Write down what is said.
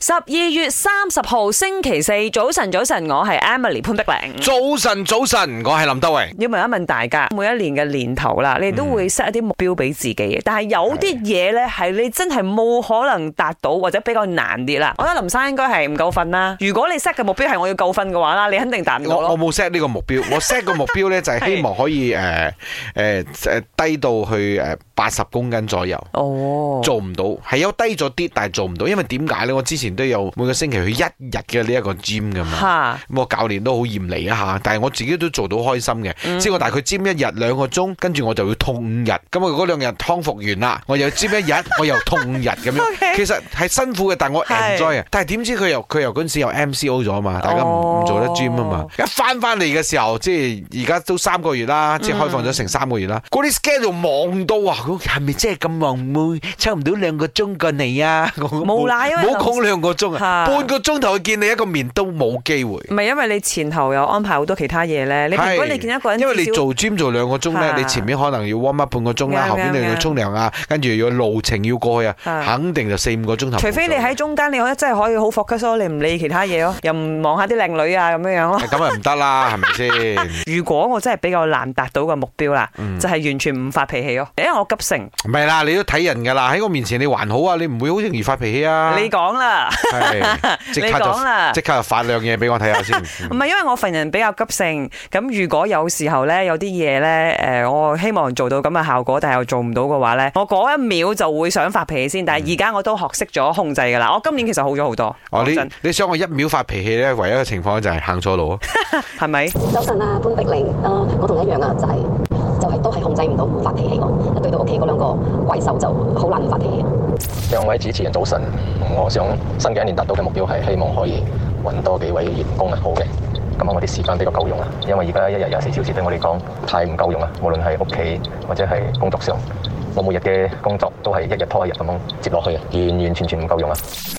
十二月三十號星期四早晨，早晨，我係 Emily 潘碧玲。早晨，早晨，我係林德榮。要問一問大家，每一年嘅年頭啦，你都會 set 一啲目標俾自己嘅，但係有啲嘢呢，係你真係冇可能達到，或者比較難啲啦。我覺得林生應該係唔夠瞓啦。如果你 set 嘅目標係我要夠瞓嘅話啦，你肯定達唔到我我咯。冇 set 呢個 目標，我 set 個目標咧就係希望可以誒誒誒低到去誒八十公斤左右。哦，做唔到，係有低咗啲，但係做唔到，因為點解咧？我之前都有每個星期去一日嘅呢一個 gym 噶嘛，吓，咁我教練都好嚴厲一下，但係我自己都做到開心嗯嘅，即係我大概 gym 一日兩個鐘，跟住我就要痛五日，咁我嗰兩日康復完啦，我又 gym 一日，我又痛五日咁樣。 OK 其實係辛苦嘅，但我係 enjoy 啊。但係點知佢又佢又嗰陣時又 MCO 咗啊嘛，大家唔唔做得 gym 啊嘛哦。一翻翻嚟嘅時候，即係而家都三個月啦，即係開放咗成三個月嗯啦。嗰啲 schedule 忙到啊，佢係咪真係咁忙妹？抽唔到兩個鐘過嚟啊！我冇啦因為冇講兩個鐘啊，嚇半個鐘頭去見你一個面都冇機會。唔係因為你前後有安排好多其他嘢呢。你如果係你見一個人，因為你至少做 gym 做兩個鐘咧，嚇你前面可能要 warm up 半個鐘啦，啱後邊你要啱沖涼啊，跟住要路程要過去啊，嚇肯定就四五個鐘頭冇咗。除非你喺中間，你可以真係可以好 focus 咯，你唔理其他嘢咯，又唔望下啲靚女啊咁樣樣咯。 咁啊唔得啦，係 咪先？如果我真係比較難達到嘅目標啦，嗯就係完全唔發脾氣咯，因為我急性。唔係啦，你都睇人噶啦。喺我面前你還好啊，你唔會好容易發脾氣啊。你講啦， 係即你刻講就啦即。刻就發兩嘢俾我睇下先。唔係因為我份人比較急性，咁如果有時候呢，有啲嘢呢，誒、我希望做到咁嘅效果，但係又做唔到嘅話呢，我嗰一秒就會想發脾氣先。但係而家我都學識咗控制㗎啦。我今年其實好咗好多，嗯哦，講你真你想我一秒發脾氣咧，唯一嘅情況就係行錯路啊。係咪？周身啦，潘碧玲啊，我同你一樣啊，就係、就係、都係控制唔到唔發脾氣我，一對到屋企嗰兩個怪獸就好難唔發脾氣。兩位主持人早晨，我想新嘅一年達到嘅目標係希望可以揾多幾位員工啊，好嘅。咁我啲時間比較夠用啊，因為而家一日廿四小時對我嚟講太唔夠用啊，無論係屋企或者係工作上，我每日嘅工作都係一日拖一日咁樣接落去啊，完完全全唔夠用啊。